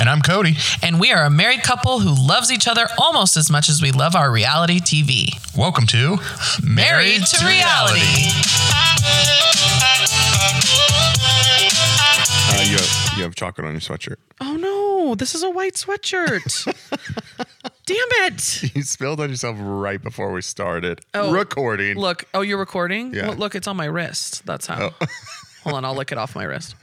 And I'm Cody. and we are a married couple who loves each other almost as much as we love our reality TV. Welcome to Married, Married to Reality. Uh, you, have, you have chocolate on your sweatshirt. Oh no, this is a white sweatshirt. Damn it. You spilled on yourself right before we started Oh. recording. Look, oh, you're recording? Yeah. Well, look, it's on my wrist. That's how. Hold on, I'll lick it off my wrist.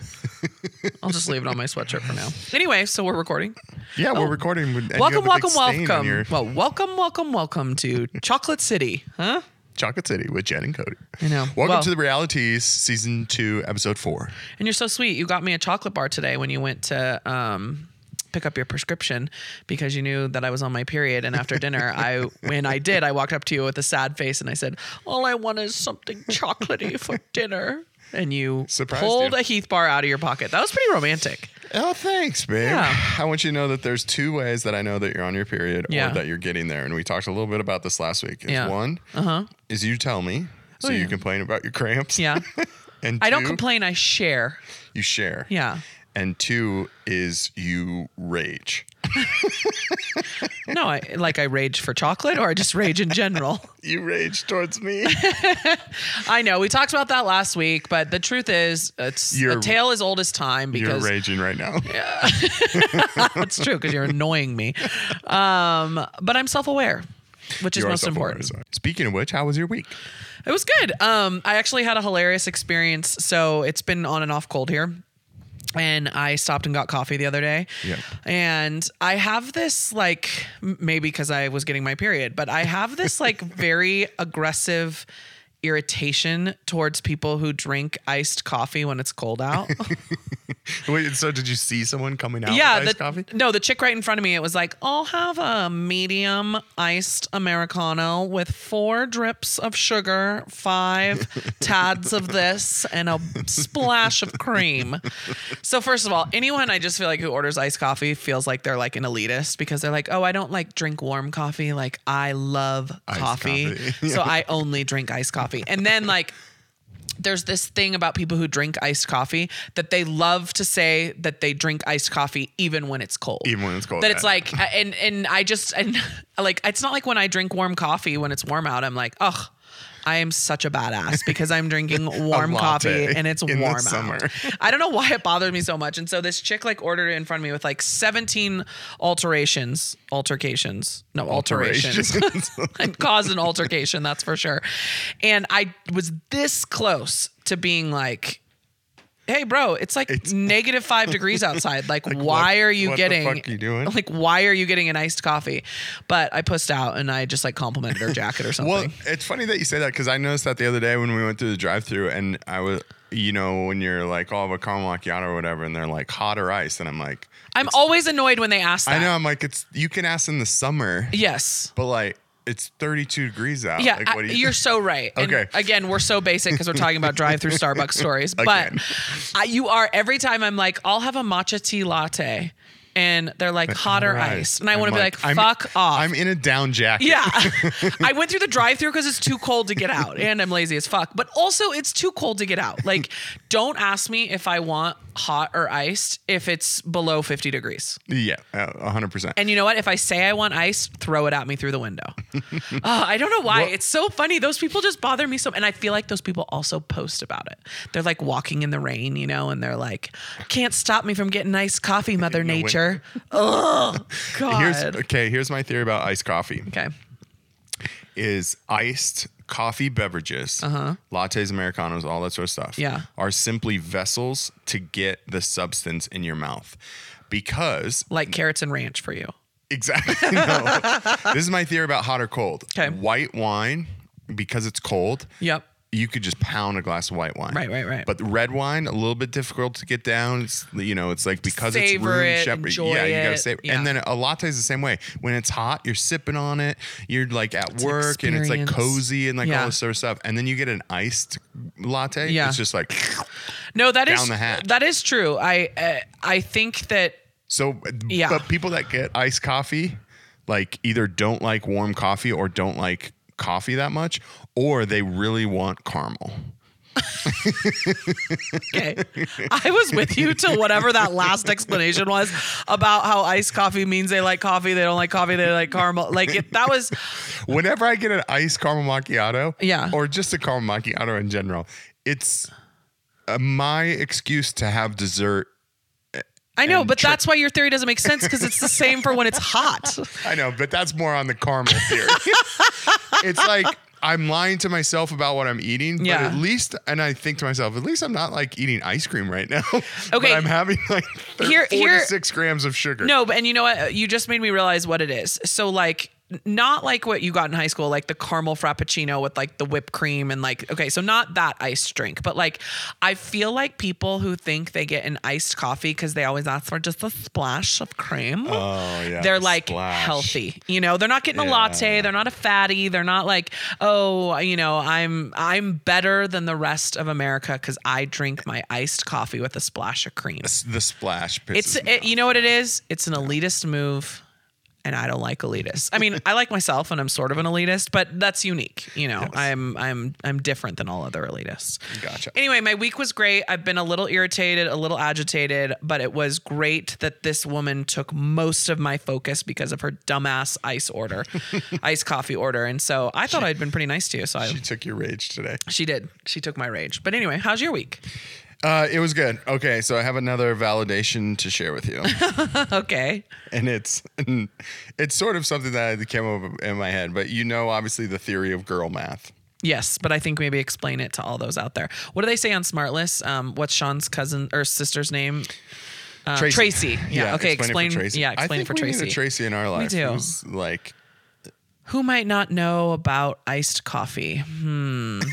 I'll just leave it on my sweatshirt for now. Anyway, so we're recording. Yeah, we're recording. with- and you oh. welcome, have a big welcome, stain on welcome. your- Well, welcome, welcome, welcome to Chocolate City, huh? Chocolate City with Jen and Cody. I know. Welcome Well- to the realities, season two, episode four. And you're so sweet. You got me a chocolate bar today when you went to um, pick up your prescription because you knew that I was on my period. And after dinner, I when I did, I walked up to you with a sad face and I said, "All I want is something chocolatey for dinner." And you Surprised pulled you. a Heath bar out of your pocket. That was pretty romantic. Oh, thanks, babe. Yeah. I want you to know that there's two ways that I know that you're on your period Yeah. or that you're getting there. And we talked a little bit about this last week. It's Yeah. Uh-huh. Oh, One is you tell me. So you complain about your cramps. Yeah. And I don't two, complain. I share. You share. Yeah. And two is you rage. No, I like I rage for chocolate or I just rage in general. You rage towards me. I know we talked about that last week, but the truth is, it's You're- a tale as old as time You're because raging right now. That's true because you're annoying me. Um, but I'm self aware, which is You are most self-aware, important. so. Speaking of which, how was your week? It was good. Um, I actually had a hilarious experience. So it's been on and off cold here. And I stopped and got coffee the other day. Yep. And I have this, like, m- maybe because I was getting my period, but I have this, like, very aggressive irritation towards people who drink iced coffee when it's cold out. Wait, so did you see someone coming out yeah, with iced the, coffee? No, the chick right in front of me, it was like, I'll have a medium iced Americano with four drips of sugar, five tads of this, and a splash of cream. So, first of all, anyone I just feel like who orders iced coffee feels like they're like an elitist because they're like, oh, I don't like drink warm coffee. Like, I love Iced coffee. coffee. so, I only drink iced coffee. And then, like, there's this thing about people who drink iced coffee that they love to say that they drink iced coffee even when it's cold. Even when it's cold, That it's yeah. like and and I just and like it's not like when I drink warm coffee when it's warm out I'm like, "Ugh, I am such a badass because I'm drinking warm coffee latte and it's in the warm summer. out." I don't know why it bothered me so much. And so this chick like ordered it in front of me with like 17 alterations, altercations, no alterations and caused an altercation, that's for sure. And I was this close to being like, hey, bro, it's like negative five degrees outside. Like, why what- are you what the getting fuck you doing? Like, why are you getting an iced coffee? But I pussed out and I just like complimented her jacket or something. Well, it's funny that you say that because I noticed that the other day when we went through the drive-through, and I was, you know, when you're like, "Oh, I have a caramel macchiato or whatever," and they're like, "Hot or ice?" and I'm like, I'm always annoyed when they ask that. "I know." I'm like, "It's you can ask in the summer, Yes. but like it's 32 degrees out." Yeah, like, I- you are so right. Okay. And again, we're so basic because we're talking about drive-through Starbucks stories. But Again. I, you are every time I'm like, I'll have a matcha tea latte, and they're like hot or Right. ice, and I I'm want to be like, I'm- e-" fuck off. I'm in a down jacket. yeah, I went through the drive-through because it's too cold to get out, and I'm lazy as fuck. But also, it's too cold to get out. Like, don't ask me if I want hot or iced if it's below 50 degrees. yeah, uh, 100. percent And you know what? If I say I want ice, throw it at me through the window. Uh, I don't know why. Well- it's so funny. Those people just bother me so. And I feel like those people also post about it. They're like walking in the rain, you know, and they're like, "Can't stop me from getting iced coffee, Mother No way. Nature." Oh God. Here's okay. Here's my theory about iced coffee. okay. is iced coffee beverages, lattes, Americanos, all that sort of stuff, Uh-huh. Yeah. are simply vessels to get the substance in your mouth. Because Like carrots and ranch for you. exactly, no. this is my theory about hot or cold. 'Kay. White wine, because it's cold, Yep. you could just pound a glass of white wine. Right, right, right. But the red wine, a little bit difficult to get down. It's, you know, it's like because it's Savor room it, shepherd. enjoy yeah, you it, gotta save. yeah. And then a latte is the same way. When it's hot, you're sipping on it. You're like at work and it's experience. like cozy and like Yeah. all this sort of stuff. And then you get an iced latte. Yeah. It's just like No, that is Down the hatch. that is true. I uh, I think that so. Yeah. But people that get iced coffee, like either don't like warm coffee or don't like coffee that much, or they really want caramel. okay. I was with you till whatever that last explanation was about how iced coffee means they like coffee, they don't like coffee, they like caramel. Like it, that was Whenever I get an iced caramel macchiato, Yeah. or just a caramel macchiato in general, it's uh, my excuse to have dessert. I know, And but tri- that's why your theory doesn't make sense because it's the same for when it's hot. I know, but that's more on the caramel theory. it's like I'm lying to myself about what I'm eating, but Yeah. at least, and I think to myself, at least I'm not like eating ice cream right now. but Okay. I'm having like Here- thir- here- 46 grams of sugar. No, but and you know what? You just made me realize what it is. So like n- not like what you got in high school, like the caramel frappuccino with like the whipped cream and like okay, so not that iced drink, but like I feel like people who think they get an iced coffee because they always ask for just a splash of cream. Oh, yeah. They're like Splash. healthy, you know. They're not getting a Yeah. latte. They're not a fatty. They're not like, oh, you know, I'm I'm better than the rest of America because I drink my iced coffee with a splash of cream. S- The splash pisses It's me it, you know what it is. It's an elitist move, and I don't like elitists. I mean, I like myself, and I'm sort of an elitist, but that's unique. You know, I'm I'm I'm different than all other elitists. Gotcha. Anyway, my week was great. I've been a little irritated, a little agitated, but it was great that this woman took most of my focus because of her dumbass ice order, ice coffee order, and so I thought I'd been pretty nice to you. So I. She took your rage today. She did. She took my rage. But anyway, how's your week? Uh, it was good. Okay, so I have another validation to share with you, Okay. and it's it's sort of something that came up in my head. But you know, obviously, the theory of girl math. Yes, but I think maybe explain it to all those out there. What do they say on Smartless? Um, what's Sean's cousin or sister's name? Uh, Tracy. Yeah. Okay. Explain. it for Tracy. Yeah. I Explain think it for we need a Tracy. Tracy in our life. do. who's, like Who might not know about iced coffee? Hmm.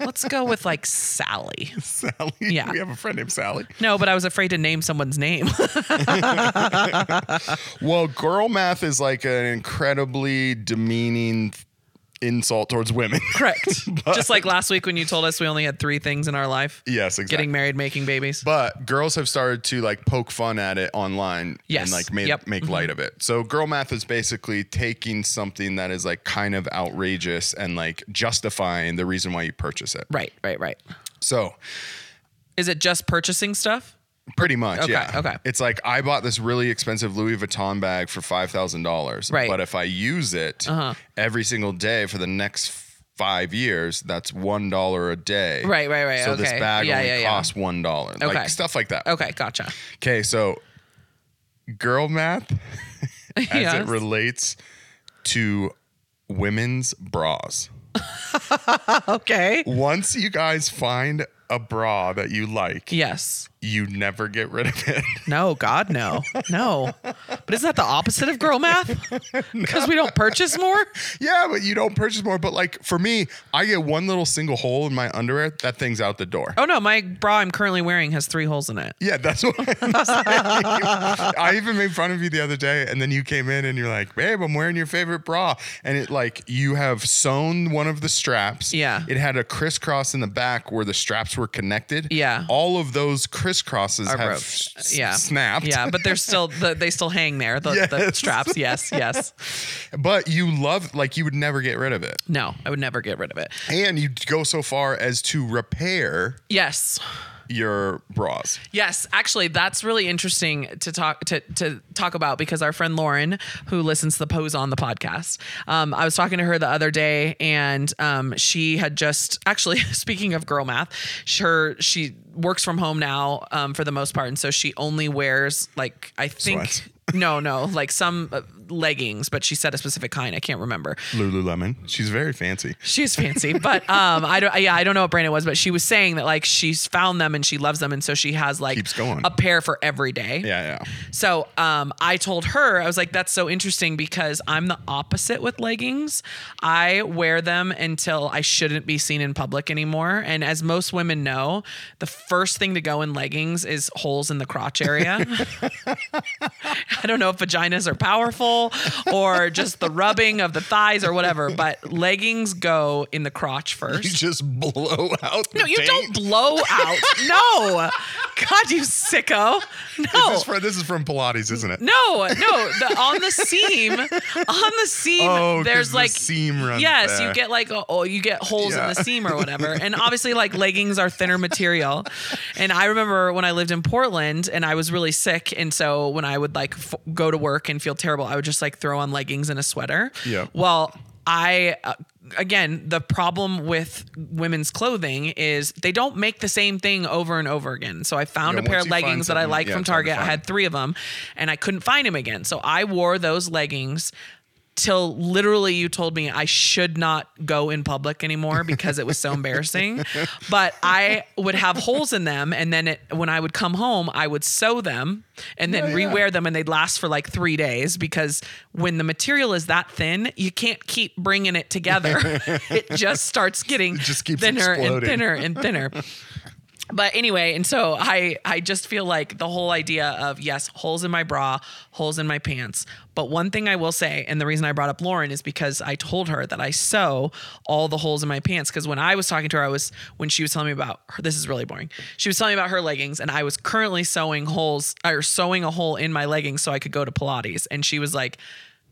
Let's go with like Sally. Sally. Yeah. we have a friend named Sally. No, but I was afraid to name someone's name. Well, girl math is like an incredibly demeaning insult towards women. Correct. Just like last week when you told us we only had three things in our life: yes, exactly. getting married, making babies. But girls have started to like poke fun at it online Yes. and like make, Yep. Mm-hmm. make light of it. So girl math is basically taking something that is like kind of outrageous and like justifying the reason why you purchase it. right. Right. Right. So Is it just purchasing stuff? pretty much, Okay, yeah. okay. It's like I bought this really expensive Louis Vuitton bag for five thousand dollars. Right. Uh-huh. But if I use it every single day for the next five years, that's one dollar a day. Right, right, right, So this okay. bag Yeah, only yeah, yeah. costs one dollar. Okay. Like stuff like that. Okay. Gotcha. Okay, so girl math as Yes. it relates to women's bras. Okay. Once you guys find a bra that you like, Yes. you never get rid of it. No, God, no, no. But isn't that the opposite of girl math? Because we don't purchase more. yeah, but you don't purchase more. But like for me, I get one little single hole in my underwear, that thing's out the door. Oh no, my bra I'm currently wearing has three holes in it. Yeah, that's what I'm saying. I even made fun of you the other day, and then you came in and you're like, babe, I'm wearing your favorite bra. And it like you have sewn one of the straps. Yeah. It had a crisscross in the back where the straps were connected. Yeah. All of those crisscrosses have Rope. s- s- Yeah, snapped. Yeah, but they're still the, they still hang there. The, the Yes. straps. Yes, yes. But you love like you would never get rid of it. No, I would never get rid of it. And you go so far as to repair Yes, your bras. Yes, actually, that's really interesting to talk to, to talk about because our friend Lauren, who listens to the Pose on the podcast, um, I was talking to her the other day, and um, she had just actually speaking of girl math, she- her she works from home now um, for the most part, and so she only wears like I think. Sweats. no, no, like some uh, leggings, but she said a specific kind. I can't remember. Lululemon. She's very fancy. She's fancy, but um, I don't. Yeah, I don't know what brand it was, but she was saying that like she's found them and she loves them, and so she has like Keeps going. a pair for every day. Yeah, yeah. So um, I told her I was like, that's so interesting because I'm the opposite with leggings. I wear them until I shouldn't be seen in public anymore. And as most women know, the first thing to go in leggings is holes in the crotch area. I don't know if vaginas are powerful or just the rubbing of the thighs or whatever, but leggings go in the crotch first. You just blow out. No, you don't blow out. No. God, you sicko. No. This, is from, this is from Pilates, isn't it? No, no. The, on the seam, on the seam, Oh, 'cause there's the like seam runs Yes, there. you get like oh, oh, you get holes in Yeah. the seam or whatever. And obviously, like leggings are thinner material. And I remember when I lived in Portland and I was really sick, and so when I would like f- go to work and feel terrible, I would just like throw on leggings and a sweater. Yeah. Well, I. Uh, Again, the problem with women's clothing is they don't make the same thing over and over again. So I found Yeah, a pair once of you find leggings that I something, like yeah, from it's hard to Target. I find. had three of them and I couldn't find him again. So I wore those leggings till literally you told me I should not go in public anymore because it was so embarrassing. But I would have holes in them and then it, when I would come home, I would sew them and then Yeah, yeah. rewear them and they'd last for like 3 days because when the material is that thin, you can't keep bringing it together. it just starts getting just keeps thinner and exploding. thinner and thinner. But anyway, and so I I just feel like the whole idea of yes, holes in my bra, holes in my pants. But one thing I will say, and the reason I brought up Lauren is because I told her that I sew all the holes in my pants. Because when I was talking to her, I was when she was telling me about her, this is really boring. She was telling me about her leggings, and I was currently sewing holes or sewing a hole in my leggings so I could go to Pilates. And she was like,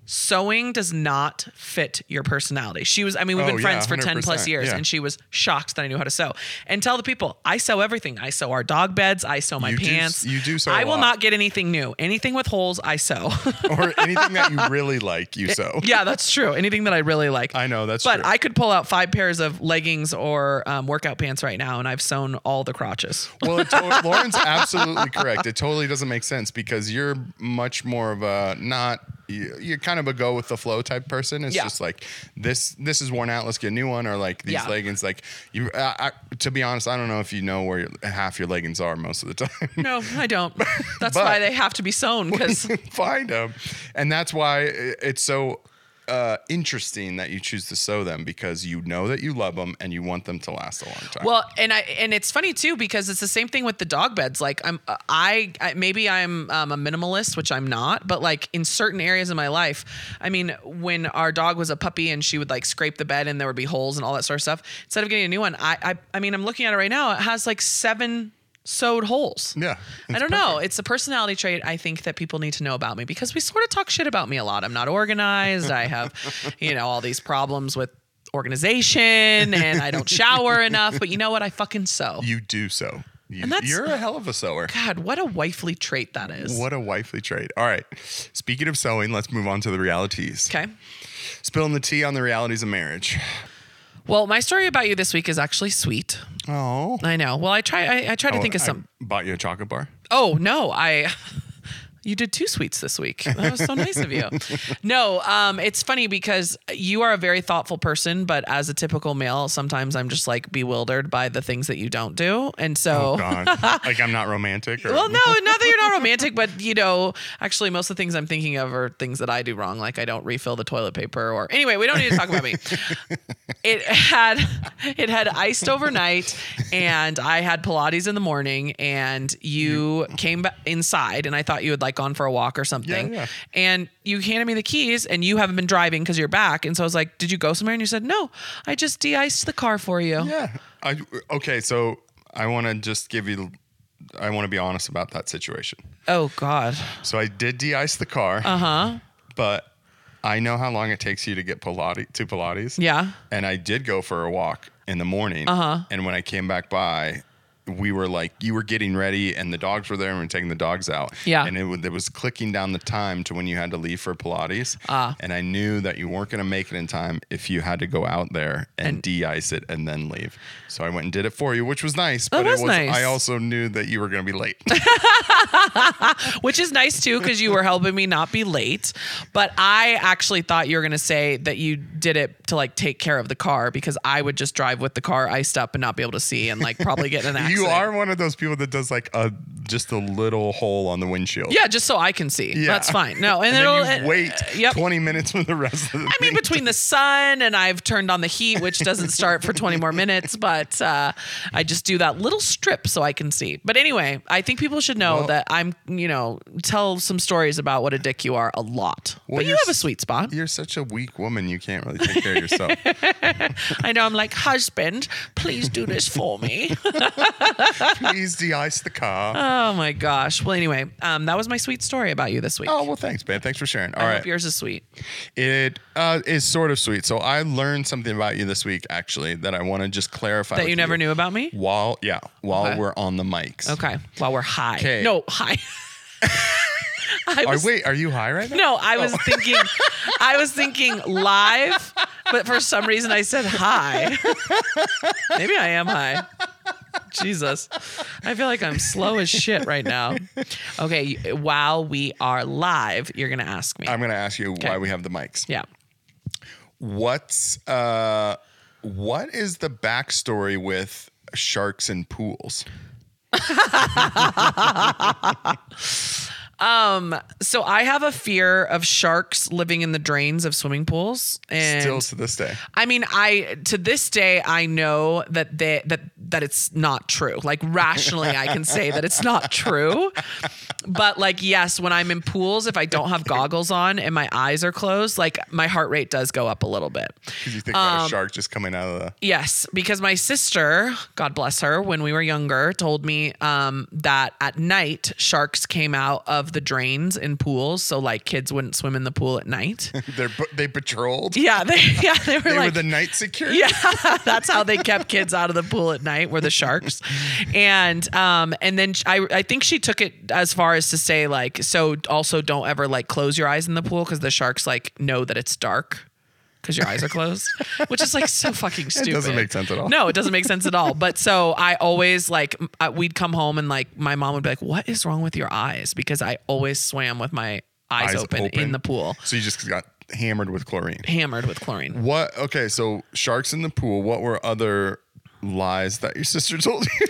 sewing does not fit your personality. She was, I mean, we've Oh, been yeah, friends for 10 plus 100%, years, yeah. and she was shocked that I knew how to sew. And tell the people, I sew everything. I sew our dog beds, I sew my You do- pants. you do sew I a will lot. not get anything new. Anything with holes, I sew. or anything that you really like, you sew. yeah, that's true. Anything that I really like. I know, that's But true. I could pull out five pairs of leggings or um, workout pants right now, and I've sewn all the crotches. Well, it to- Lauren's absolutely correct. It totally doesn't make sense because you're much more of a not. you- You're kind of a go with the flow type person. It's Yeah. just like this. This is worn out. Let's get a new one. Or like these Yeah. leggings. Like you. I, I, to be honest, I don't know if you know where your, half your leggings are most of the time. No, I don't. That's But- why they have to be sewn because find them, and that's why i- it's so uh, interesting that you choose to sew them because you know that you love them and you want them to last a long time. Well, and I and it's funny too because it's the same thing with the dog beds. Like I'm, I, I maybe I'm um, a minimalist, which I'm not, but like in certain areas of my life, I mean, when our dog was a puppy and she would like scrape the bed and there would be holes and all that sort of stuff. Instead of getting a new one, I, I, I mean, I'm looking at it right now. It has like seven sewed holes. yeah, I don't know. It's a personality trait I think that people need to know about me because we sort of talk shit about me a lot. I'm not organized. I have, you know, all these problems with organization and I don't shower enough. But you know what? I fucking sew. you do sew. You, And that's- you're a hell of a sewer. God, what a wifely trait that is. What a wifely trait. All right. Speaking of sewing, let's move on to the realities. Okay. Spilling the tea on the realities of marriage. Well, my story about you this week is actually sweet. Oh. I know. Well, I try. Oh, I, I try to think of some. Bought you a chocolate bar. Oh no, I. You did two sweets this week. That was so nice of you. No, um, it's funny because you are a very thoughtful person, but as a typical male, sometimes I'm just like bewildered by the things that you don't do, and so. God. like I'm not romantic. Or, Oh. well, no, not that you're not romantic, but you know, actually, most of the things I'm thinking of are things that I do wrong, like I don't refill the toilet paper, or anyway, we don't need to talk about me. it had it had iced overnight, and I had Pilates in the morning, and you Mm-hmm. came ba- inside, and I thought you had like gone for a walk or something, yeah. and you handed me the keys, and you haven't been driving because you're back, and so I was like, "Did you go somewhere?" And you said, "No, I just de-iced the car for you." Yeah. I, okay. So I want to just give you, I want to be honest about that situation. Oh God. So I did de ice the car. Uh Uh-huh. huh. But I know how long it takes you to get Pilates to Pilates. Yeah. Uh-huh. And I did go for a walk in the morning. And when I came back by, we were like, you were getting ready, and the dogs were there, and we were taking the dogs out. Yeah. And it, wa- it was clicking down the time to when you had to leave for Pilates. Ah. And I knew that you weren't going to make it in time if you had to go out there and, de-ice it and then leave. So I went and did it for you, which was nice. but was it was. nice. I also knew that you were going to be late. which is nice too because you were helping me not be late. But I actually thought you were gonna say that you did it to like take care of the car because I would just drive with the car iced up and not be able to see and like probably get in an accident. You are one of those people that does like a just a little hole on the windshield. Yeah, just so I can see. Yeah. That's fine. No, and, And it'll then you uh, wait yep. 20 minutes for the rest of the I mean, between the sun and I've turned on the heat, which doesn't start for 20 more minutes, but uh, I just do that little strip so I can see. But anyway, I think people should know Well- that I'm, you know, tell some stories about what a dick you are a lot. Well, but you you're have a s- sweet spot. You're such a weak woman. You can't really take care of yourself. I know I'm like, husband, please do this for me. Please de-ice the car. Oh my gosh. Well, anyway, um, that was my sweet story about you this week. oh well, thanks, man. Thanks for sharing. All I right. hope yours is sweet. It uh, is sort of sweet. So I learned something about you this week, actually, that I want to just clarify. That with you never knew about me? While yeah, while Okay. we're on the mics. Okay. While we're high. 'Kay. No, high. I Are, Oh. was, wait, are you high right now? No, I was thinking I was thinking live, but for some reason I said high. Maybe I am high. Jesus. I feel like I'm slow as shit right now. Okay, while we are live, you're going to ask me. I'm going to ask you why we have the mics. yeah. What's uh, what is the backstory with sharks and pools? So I have a fear of sharks living in the drains of swimming pools and Still to this day. I mean, I to this day I know that they that that it's not true. Like rationally, I can say that it's not true. But like, yes, when I'm in pools, if I don't have goggles on and my eyes are closed, like my heart rate does go up a little bit. Because you think um, about a shark just coming out of the. Yes, because my sister, God bless her, when we were younger, told me um, that at night sharks came out of the drains in pools, so like kids wouldn't swim in the pool at night. They're, they patrolled. yeah, they yeah they were They like were the night security. yeah, that's how they kept kids out of the pool at night were the sharks, and um, and then sh- I I think she took it as far as to say like so also don't ever like close your eyes in the pool because the sharks like know that it's dark because your eyes are closed, which is like so fucking stupid. make sense at all. No, it doesn't make sense at all. But so I always like m- uh, we'd come home and like my mom would be like, "What is wrong with your eyes?" Because I always swam with my eyes, Eyes open, open. in the pool, So you just got hammered with chlorine. hammered with chlorine. What? Okay, so sharks in the pool. What were other lies that your sister told you?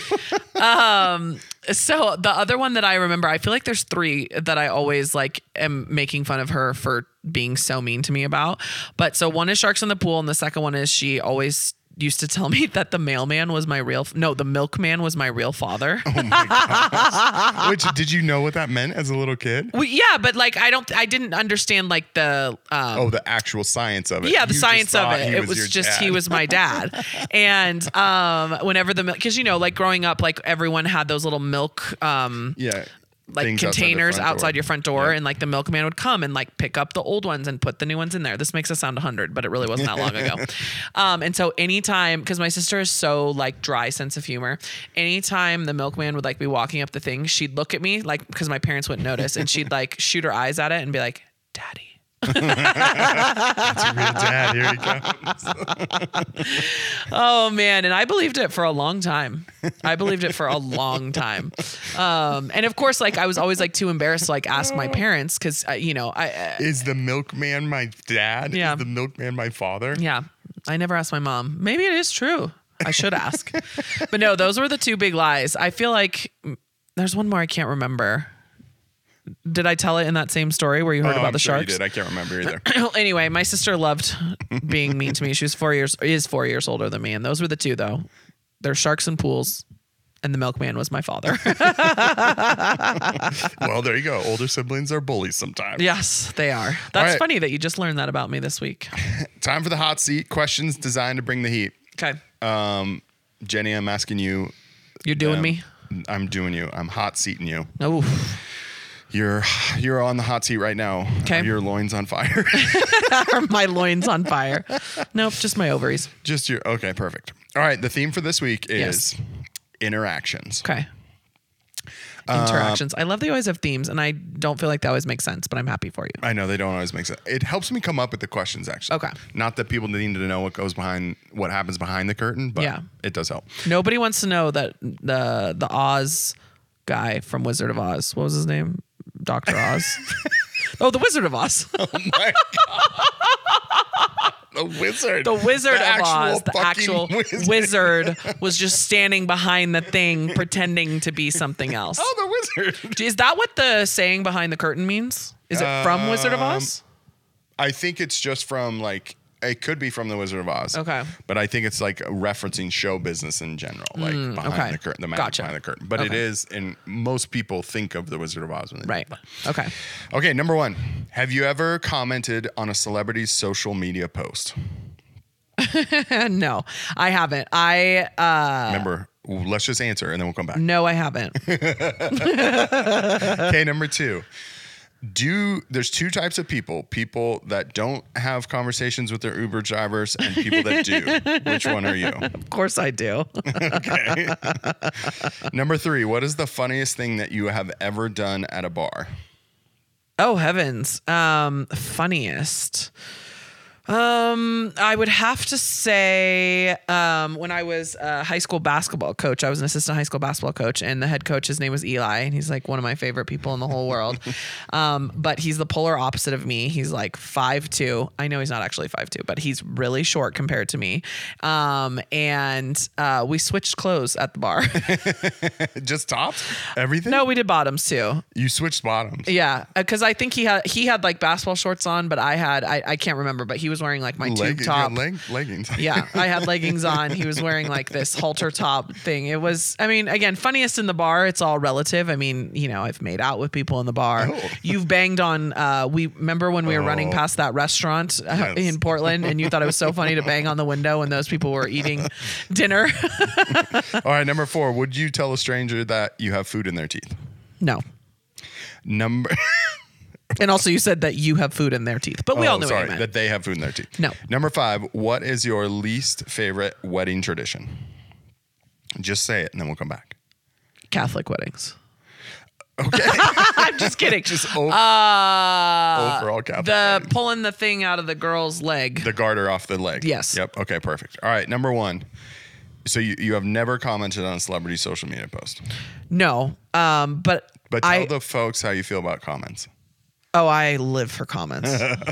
So the other one that I remember, I feel like there's three that I always like am making fun of her for being so mean to me about. But so one is sharks in the pool, and the second one is she always used to tell me that the mailman was my real no, the milkman was my real father. Oh Which did you know what that meant as a little kid? Well, yeah, but like I don't, I didn't understand like the um, Oh, the actual science of it. Yeah, You the just science of thought it. he It was your just he dad. was my dad. and um, whenever the milk, because you know, like growing up, like everyone had those little milk um, yeah, like things outside the containers outside, front door. your front door and like the milkman would come and like pick up the old ones and put the new ones in there this makes us sound 100 but it really wasn't that long ago um, and so anytime because my sister is so like dry sense of humor anytime the milkman would like be walking up the thing she'd look at me like because my parents wouldn't notice and she'd like shoot her eyes at it and be like daddy Your dad, here he comes. Oh man, and I believed it for a long time. I believed it for a long time, um, and of course, like I was always like too embarrassed to like ask my parents because uh, you know I uh, Is the milkman my dad? Yeah. Is the milkman my father? yeah I never asked my mom. Maybe it is true. I should ask, but no, those were the two big lies. I feel like mm, there's one more I can't remember. Did I tell it in that same story where you heard Oh, about I'm the sure you sharks? did. I can't remember either. anyway, my sister loved being mean to me. She was four years is four years older than me, and those were the two though. They're sharks and pools, and the milkman was my father. well, there you go. Older siblings are bullies sometimes. yes, they are. That's right. funny that you just learned that about me this week. Time for the hot seat. Questions designed to bring the heat. Okay, Um, Jenny, I'm asking you. you're doing um, me. I'm doing you. I'm hot seating you. Oh, You're you're on the hot seat right now. 'Kay. Your loins on fire. are my loins on fire? Nope, just my ovaries. Just your okay, perfect. All right. The theme for this week Yes. is interactions. Okay. Uh, Interactions. I love they always have themes, and I don't feel like they always make sense, but I'm happy for you. I know they don't always make sense. It helps me come up with the questions actually. Okay. Not that people need to know what goes behind what happens behind the curtain, but Yeah. it does help. Nobody wants to know that the the Oz guy from Wizard of Oz. What was his name? Doctor Oz. oh, the Wizard of Oz. The wizard. The Wizard The of Oz. The fucking actual wizard. was just standing behind the thing, pretending to be something else. Oh, the wizard. Is that what the saying behind the curtain means? Is it from Wizard of Um, Oz? I think it's just from like it could be from the Wizard of Oz. Okay. But I think it's like referencing show business in general, like behind Hmm, okay. the curtain, the magic Gotcha. behind the curtain. But it Okay. is, and most people think of the Wizard of Oz when they Right. Okay. Okay, number one. Have you ever commented on a celebrity's social media post? no, I haven't. I uh, Remember, let's just answer and then we'll come back. No, I haven't. Okay, number two. Do there's two types of people: people that don't have conversations with their Uber drivers, and people that do. Which one are you? of course I do. Okay. number three. What is the funniest thing that you have ever done at a bar? oh heavens. Um funniest. Um I would have to say um when I was a high school basketball coach, I was an assistant high school basketball coach and the head coach his name was Eli and he's like one of my favorite people in the whole world. um but he's the polar opposite of me. He's like 5'2. I know he's not actually 5'2, but he's really short compared to me. Um and uh we switched clothes at the bar. Just tops? Everything? no, we did bottoms too. You switched bottoms. Yeah, because I think he had he had like basketball shorts on, but I had I, I can't remember, but he was wearing like my Leg- tube top. yeah, leg- leggings. yeah, I had leggings on. He was wearing like this halter top thing. It was, I mean, again, funniest in the bar. It's all relative. I mean, you know, I've made out with people in the bar. Oh. You've banged on. Uh, we remember when we were running Oh. past that restaurant uh, Yes. in Portland, and you thought it was so funny to bang on the window when those people were eating dinner. All right, number four. Would you tell a stranger that you have food in their teeth? no. Number. And also, you said that you have food in their teeth, but we all Oh, knew what sorry, it meant. that they have food in their teeth. No. Number five. What is your least favorite wedding tradition? Just say it, and then we'll come back. Catholic weddings. Okay. I'm just kidding. Just o- overall Catholic. Uh, the wedding. pulling the thing out of the girl's leg. the garter off the leg. Yes. Yep. Okay. Perfect. All right. Number one. So you, you have never commented on a celebrity social media post, no, um, but but tell I the folks how you feel about comments. oh I live for comments.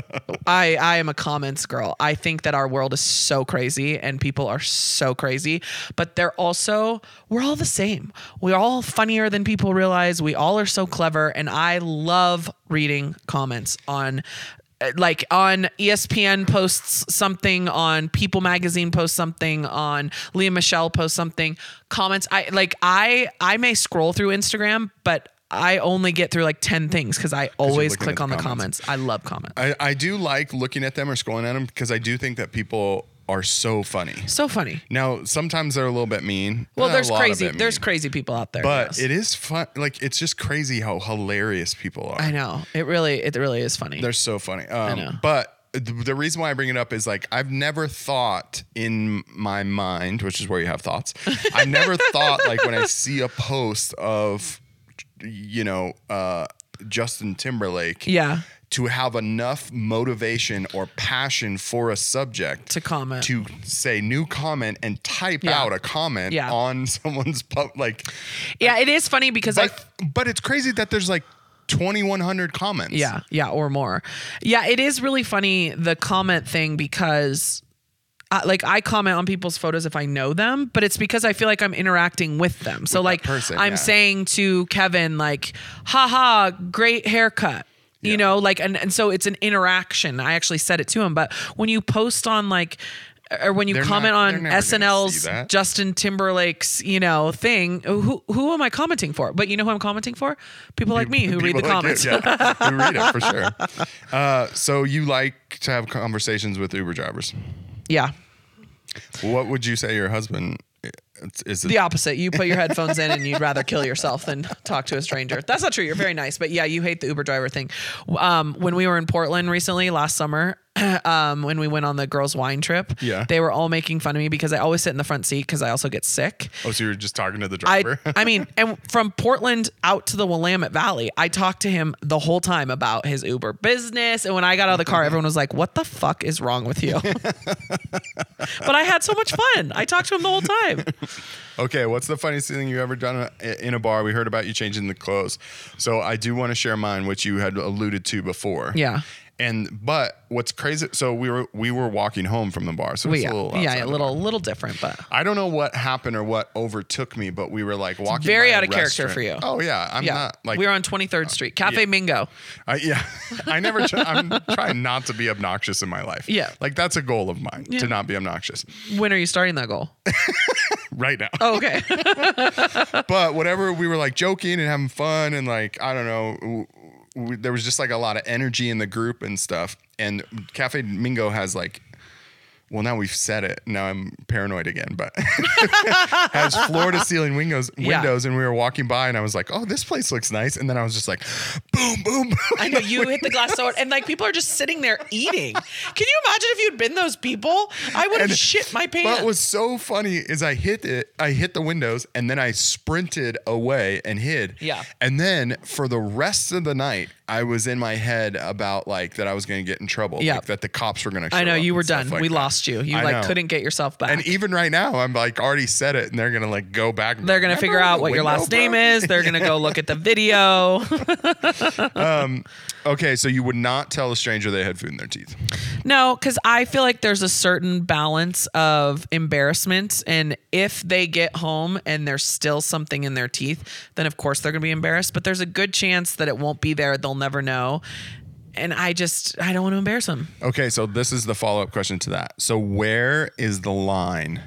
I I am a comments girl. I think that our world is so crazy and people are so crazy, but they're also we're all the same. We're all funnier than people realize. We all are so clever, and I love reading comments on uh, like on ESPN posts something on People Magazine posts something on Leah Michelle posts something comments I like I I may scroll through Instagram but I only get through like 10 things cuz I always looking at click the on the comments. comments. I love comments. I, I do like looking at them or scrolling at them because I do think that people are so funny. So funny. Now, sometimes they're a little bit mean. Well, Not a there's lot of crazy it mean, there's crazy people out there. But yes. it is fun. Like, it's just crazy how hilarious people are. I know. It really it really is funny. They're so funny. Um, know. But th- the reason why I bring it up is like I've never thought in my mind, which is where you have thoughts. I never thought like when I see a post of, you know, uh, Justin Timberlake. Yeah. To have enough motivation or passion for a subject To comment. to say new comment and type Yeah. out a comment Yeah. on someone's pub, like yeah, it is funny because I but, but it's crazy that there's like 2100 comments Yeah, yeah, or more. Yeah, it is really funny the comment thing because. I, like I comment on people's photos if I know them, but it's because I feel like I'm interacting with them. So like person, I'm yeah. saying to Kevin like, "Haha, great haircut." You Yeah. know, like and and so it's an interaction. I actually said it to him, but when you post on like or when you They're comment not- they're on never gonna see SNL's that. Justin Timberlake's, you know, thing, who who am I commenting for? But you know who I'm commenting for? People like me who read the People like comments. you, yeah, who read it for sure. Uh, so you like to have conversations with Uber drivers. yeah. What would you say your husband is? is it, the opposite. You put your headphones in and you'd rather kill yourself than talk to a stranger. That's not true. You're very nice, but yeah, you hate the Uber driver thing. Um, when we were in Portland recently last summer, um, when we went on the girls' wine trip, Yeah. they were all making fun of me because I always sit in the front seat because I also get sick. Oh, so you were just talking to the I, driver. I mean, and from Portland out to the Willamette Valley, I talked to him the whole time about his Uber business. And when I got out of the car, everyone was like, What the fuck is wrong with you? but I had so much fun. I talked to him the whole time. okay, what's the funniest thing you ever done uh, in a bar? We heard about you changing the clothes, so I do want to share mine, which you had alluded to before. Yeah. And but what's crazy? So we were we were walking home from the bar, so Well, it's yeah, a little outside yeah, a the little, little different, but I don't know what happened or what overtook me, but we were like walking. very by a out of character for restaurant. you. Oh yeah, I'm yeah, not like uh, we were on 23rd Street, Cafe yeah. Mingo. I, yeah, I never. Try, I'm trying not to be obnoxious in my life. Yeah. like that's a goal of mine Yeah. to not be obnoxious When are you starting that goal? right now. Oh, okay, But uh, whatever, we were like joking and having fun, and like I don't know, w- w- there was just like a lot of energy in the group and stuff. And Cafe Mingo has like well, now we've said it. Now I'm paranoid again, but has floor to ceiling windows, Yeah. windows, and we were walking by, and I was like, "Oh, this place looks nice," and then I was just like, "Boom, boom, boom!" I know you hit the glass door, and like people are just sitting there eating. Can you imagine if you'd been those people? I would have And shit my pants. What was so funny is I hit it, I hit the windows, and then I sprinted away and hid. Yeah. And then for the rest of the night, I was in my head about like that I was going to get in trouble. Yeah. Like that the cops were going to. I know you were done. we lost you. You I like know. couldn't get yourself back. And even right now, I'm like already said it, and they're going to like go back. and be They're like, gonna figure "Remember out the what your window, last bro?" name is. They're gonna go look at the video. Okay, so you would not tell a stranger they had food in their teeth. No, because I feel like there's a certain balance of embarrassment. And if they get home and there's still something in their teeth, then of course they're going to be embarrassed. But there's a good chance that it won't be there. They'll never know. And I just, I don't want to embarrass them. Okay, so this is the follow up question to that. So, where is the line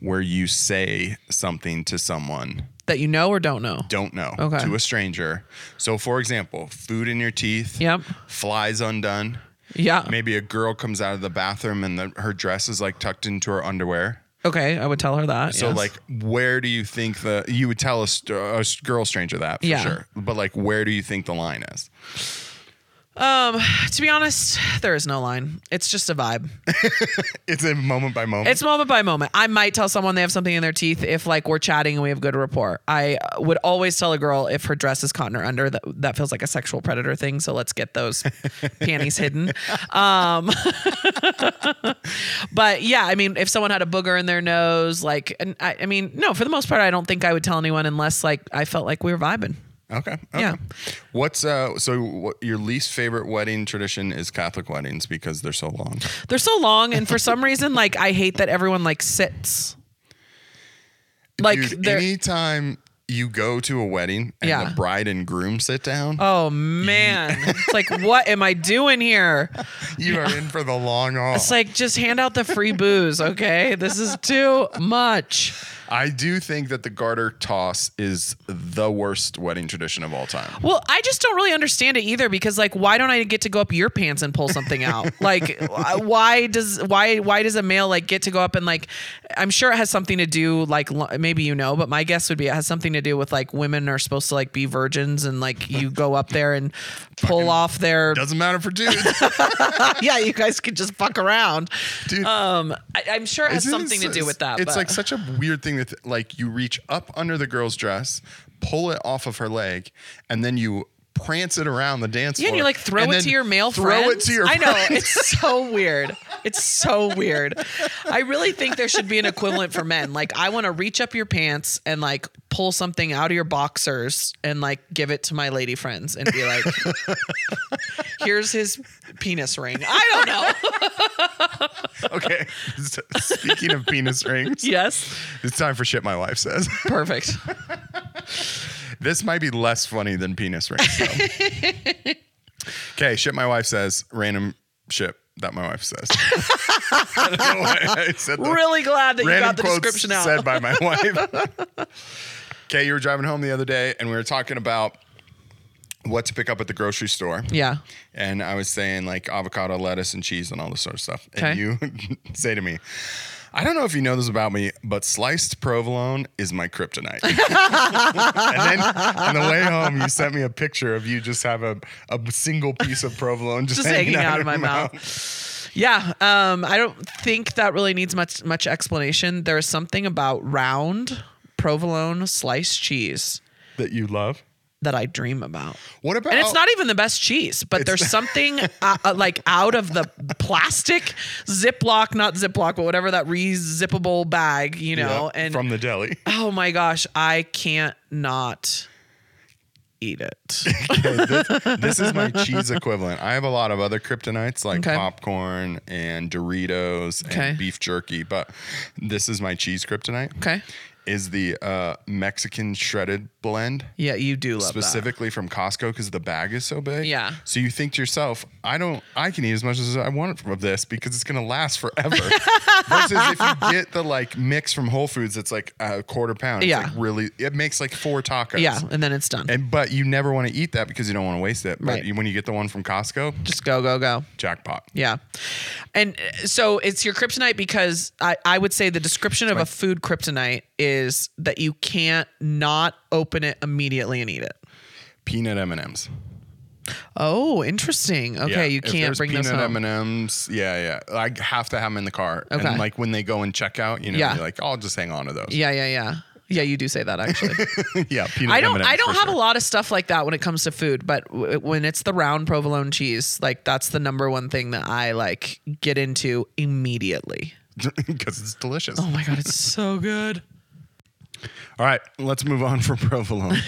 where you say something to someone? That you know or don't know. don't know Okay. to a stranger. So, for example, food in your teeth, Yep. flies undone. Yeah. Maybe a girl comes out of the bathroom and the, her dress is like tucked into her underwear. Okay. I would tell her that. So, yes. like, where do you think the you would tell a, st- a s- girl stranger that for Yeah. sure? But like, where do you think the line is? to be honest, there is no line. It's just a vibe. It's a moment by moment. It's moment by moment. I might tell someone they have something in their teeth if like we're chatting and we have good rapport. I uh, would always tell a girl if her dress is caught in her under that that feels like a sexual predator thing. So let's get those panties hidden. Um, but yeah, I mean, if someone had a booger in their nose, like, and I, I mean, no, for the most part, I don't think I would tell anyone unless like I felt like we were vibing. okay, okay. Yeah. What's uh? So, what, your least favorite wedding tradition is Catholic weddings because they're so long. They're so long, and for some reason, like I hate that everyone like sits. Like Dude, they're- anytime you go to a wedding and Yeah. the bride and groom sit down, Oh man. it's like what am I doing here? You are in for the long haul. It's like just hand out the free booze, okay? This is too much. I do think that the garter toss is the worst wedding tradition of all time. Well, I just don't really understand it either because like why don't I get to go up your pants and pull something out? like wh- why does why why does a male like get to go up and like I'm sure it has something to do like lo- maybe you know, but my guess would be it has something to do with like women are supposed to like be virgins and like you go up there and pull off their Doesn't matter for dudes. yeah, you guys could just fuck around. Dude. Um I, I'm sure it has Isn't it something to so- do with that. It's but. like such a weird thing that like you reach up under the girl's dress, pull it off of her leg, and then you prance it around the dance Yeah, floor. and you like throw and it then to your male throw friends. it to your I know friends. it's so weird. It's so weird. I really think there should be an equivalent for men. Like I want to reach up your pants and like pull something out of your boxers and like give it to my lady friends and be like, "Here's his penis ring." I don't know. Okay. So, speaking of penis rings, yes, it's time for shit my wife says. perfect. This might be less funny than penis rings. though. okay, shit. My wife says random shit that my wife says. I don't know why I said that. Really glad that you Random got the quotes description out. said by my wife. okay, you were driving home the other day, and we were talking about what to pick up at the grocery store. yeah. And I was saying like avocado, lettuce, and cheese, and all this sort of stuff. Okay. And you say to me, I don't know if you know this about me, but sliced provolone is my kryptonite. and then on the way home, you sent me a picture of you just have a, a single piece of provolone just, Just hanging out of my your mouth. Yeah, um, I don't think that really needs much much explanation. There is something about round provolone sliced cheese that you love. that I dream about, What about? and it's not even the best cheese, but there's something uh, uh, like out of the plastic Ziploc, not Ziploc, but whatever that re-zippable bag, you Yeah, know. and from the deli. oh my gosh, I can't not eat it. this is my cheese equivalent. I have a lot of other kryptonites like Okay. popcorn and Doritos Okay. and beef jerky, but this is my cheese kryptonite. Okay. is the uh, Mexican shredded blend. Yeah, you do love that. specifically from Costco because the bag is so big. Yeah. So you think to yourself, I don't, I can eat as much as I want from this because it's gonna last forever. Versus if you get the like mix from Whole Foods, it's like a quarter pound. It's Yeah. Like really, it makes like four tacos. Yeah, and then it's done. And but you never want to eat that because you don't want to waste it. But Right. you, when you get the one from Costco, Just go, go, go. jackpot. Yeah. And uh, so it's your kryptonite because I, I would say the description of a food kryptonite is that you can't not open it immediately and eat it. Peanut M and M's. Oh, interesting. Okay, you can't bring peanut those home. M&Ms. Yeah, yeah. I have to have them in the car. Okay. And like when they go and check out, you know, Yeah. you're like I'll just hang on to those. yeah, yeah, yeah. Yeah, you do say that actually. yeah, peanut I don't. M&Ms I don't for have sure. a lot of stuff like that when it comes to food, but w- when it's the round provolone cheese, like that's the number one thing that I like get into immediately. because it's delicious. Oh my god, it's so good. All right, let's move on from provolone.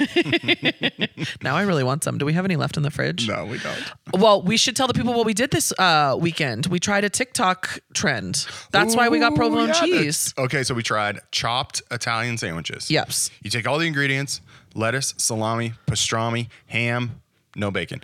Now I really want some. Do we have any left in the fridge? no, we don't. Well, we should tell the people what we did this uh, weekend. We tried a TikTok trend. That's why we got Ooh, provolone yeah, cheese. that's- Okay, so we tried chopped Italian sandwiches. Yeps. You take all the ingredients: lettuce, salami, pastrami, ham, no bacon,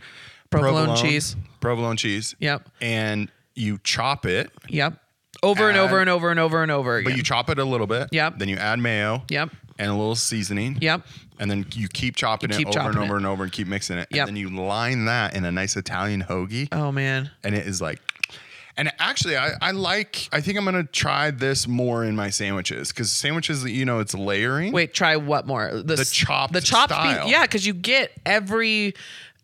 Provolone cheese. provolone cheese. Yep. And you chop it, Yep. Over and Add- over and over and over and over again. but you chop it a little bit. Yep. Then you add mayo. Yep. And a little seasoning. Yep. And then you keep chopping keep it over chopping and over it. and over and keep mixing it. Yep. And then you line that in a nice Italian hoagie. oh man. and it is like and actually I, I like i think i'm gonna try this more in my sandwiches because sandwiches you know it's layering Wait, try what more? The, s- chopped the chopped. pe- style. yeah, because you get every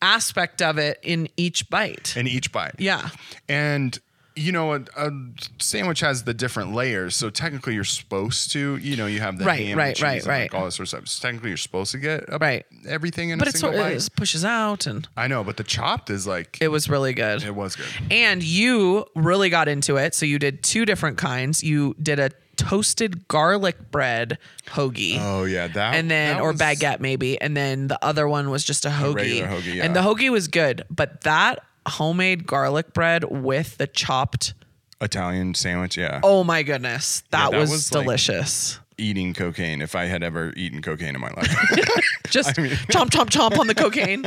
aspect of it in each bite. in each bite yeah. and you know a, a sandwich has the different layers so technically you're supposed to you know you have the Right, ham right, and cheese right, and right. like all this sort of stuff so technically you're supposed to get up Right. everything in But a it's single sort bite it pushes out, and i know but the chopped is like it was really good. it was good And you really got into it. So you did two different kinds. You did a toasted garlic bread hoagie. oh yeah that and then that or was- baguette maybe, and then the other one was just a hoagie. regular hoagie, And the yeah. hoagie was good, but that homemade garlic bread with the chopped. italian sandwich yeah Oh my goodness, that, that was, was, like- delicious. eating cocaine if i had ever eaten cocaine in my life Just chomp chomp chomp on the cocaine.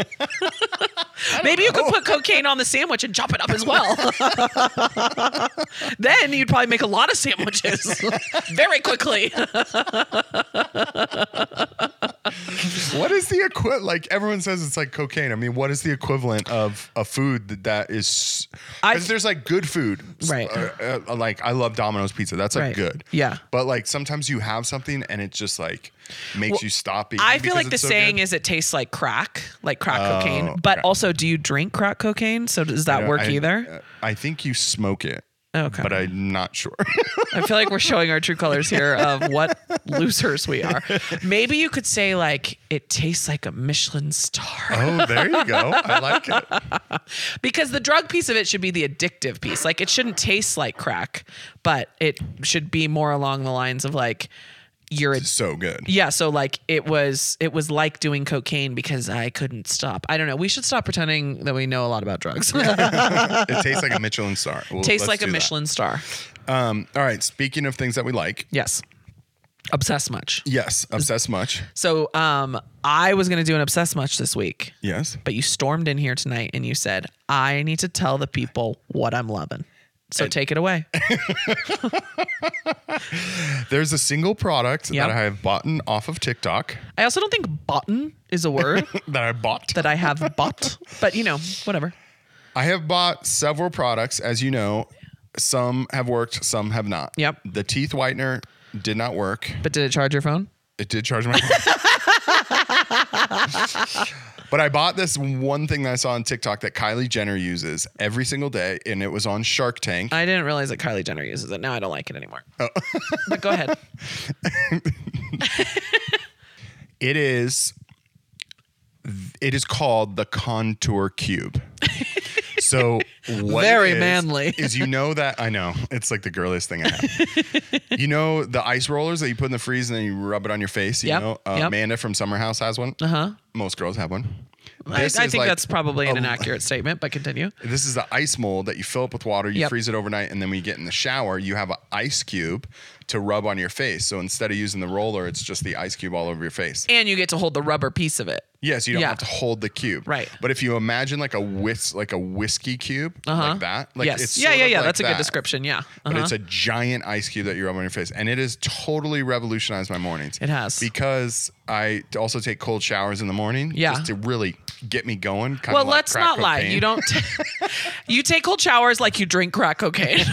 maybe you could put cocaine on the sandwich and chop it up as well. then you'd probably make a lot of sandwiches very quickly. What is the equivalent? Like everyone says, it's like cocaine. I mean, what is the equivalent of a food that, that is? I- Because there's like good food, Right. Uh, uh, like I love Domino's pizza. That's like Right. good. Yeah. But like sometimes you have something and it just like makes you stop eating. I feel because like the it's so saying good. Oh, is it tastes like crack, like crack cocaine. But okay. also, do you drink crack cocaine? So does that I- work I- uh, either? I think you smoke it. Okay. But I'm not sure. I feel like we're showing our true colors here of what losers we are. Maybe you could say like it tastes like a Michelin star oh, there you go. I like it. because the drug piece of it should be the addictive piece. Like it shouldn't taste like crack, but it should be more along the lines of like you're a So good. Yeah, so like it was it was like doing cocaine because I couldn't stop. I don't know. We should stop pretending that we know a lot about drugs. It tastes like a Michelin star. Well, Tastes like let's a do that. Michelin star. Um, all right. Speaking of things that we like. Yes. Obsess much. Yes. Obsessed much. So um I was gonna do an obsess much this week, Yes. but you stormed in here tonight and you said, I need to tell the people what I'm loving. So take it away. There's a single product Yep. that I have bought off of TikTok I also don't think botten is a word that I bought. that I have bought, but you know, whatever. I have bought several products, as you know. Some have worked, some have not. Yep. The teeth whitener did not work. But did it charge your phone? It did charge my phone. but I bought this one thing that I saw on TikTok that Kylie Jenner uses every single day, and it was on Shark Tank. I didn't realize that Kylie Jenner uses it. Now I don't like it anymore. Oh. but go ahead. It is it is called the contour cube. So what it Very is, manly. is you know that I know it's like the girliest thing I have. you know the ice rollers that you put in the freeze and then you rub it on your face. You Yep, know Uh, yep. Amanda from Summer House has one. Uh Uh-huh. Most girls have one. I, I This is think like that's probably an a- inaccurate statement, but continue. This is the ice mold that you fill up with water, you Yep. freeze it overnight, and then when you get in the shower, you have an ice cube to rub on your face. So instead of using the roller, it's just the ice cube all over your face. And you get to hold the rubber piece of it. Yes, you don't Yeah. have to hold the cube. Right. But if you imagine like a whis like a whiskey cube like that, like Uh-huh. yes. it's yeah, sort yeah, of yeah. like That's a good that, description. Yeah. But Uh-huh. it's a giant ice cube that you rub on your face, and it has totally revolutionized my mornings. It has. because I also take cold showers in the morning. Yeah. just to really get me going. kinda well, like let's crack not lie. cocaine. You don't. you take cold showers like you drink crack cocaine.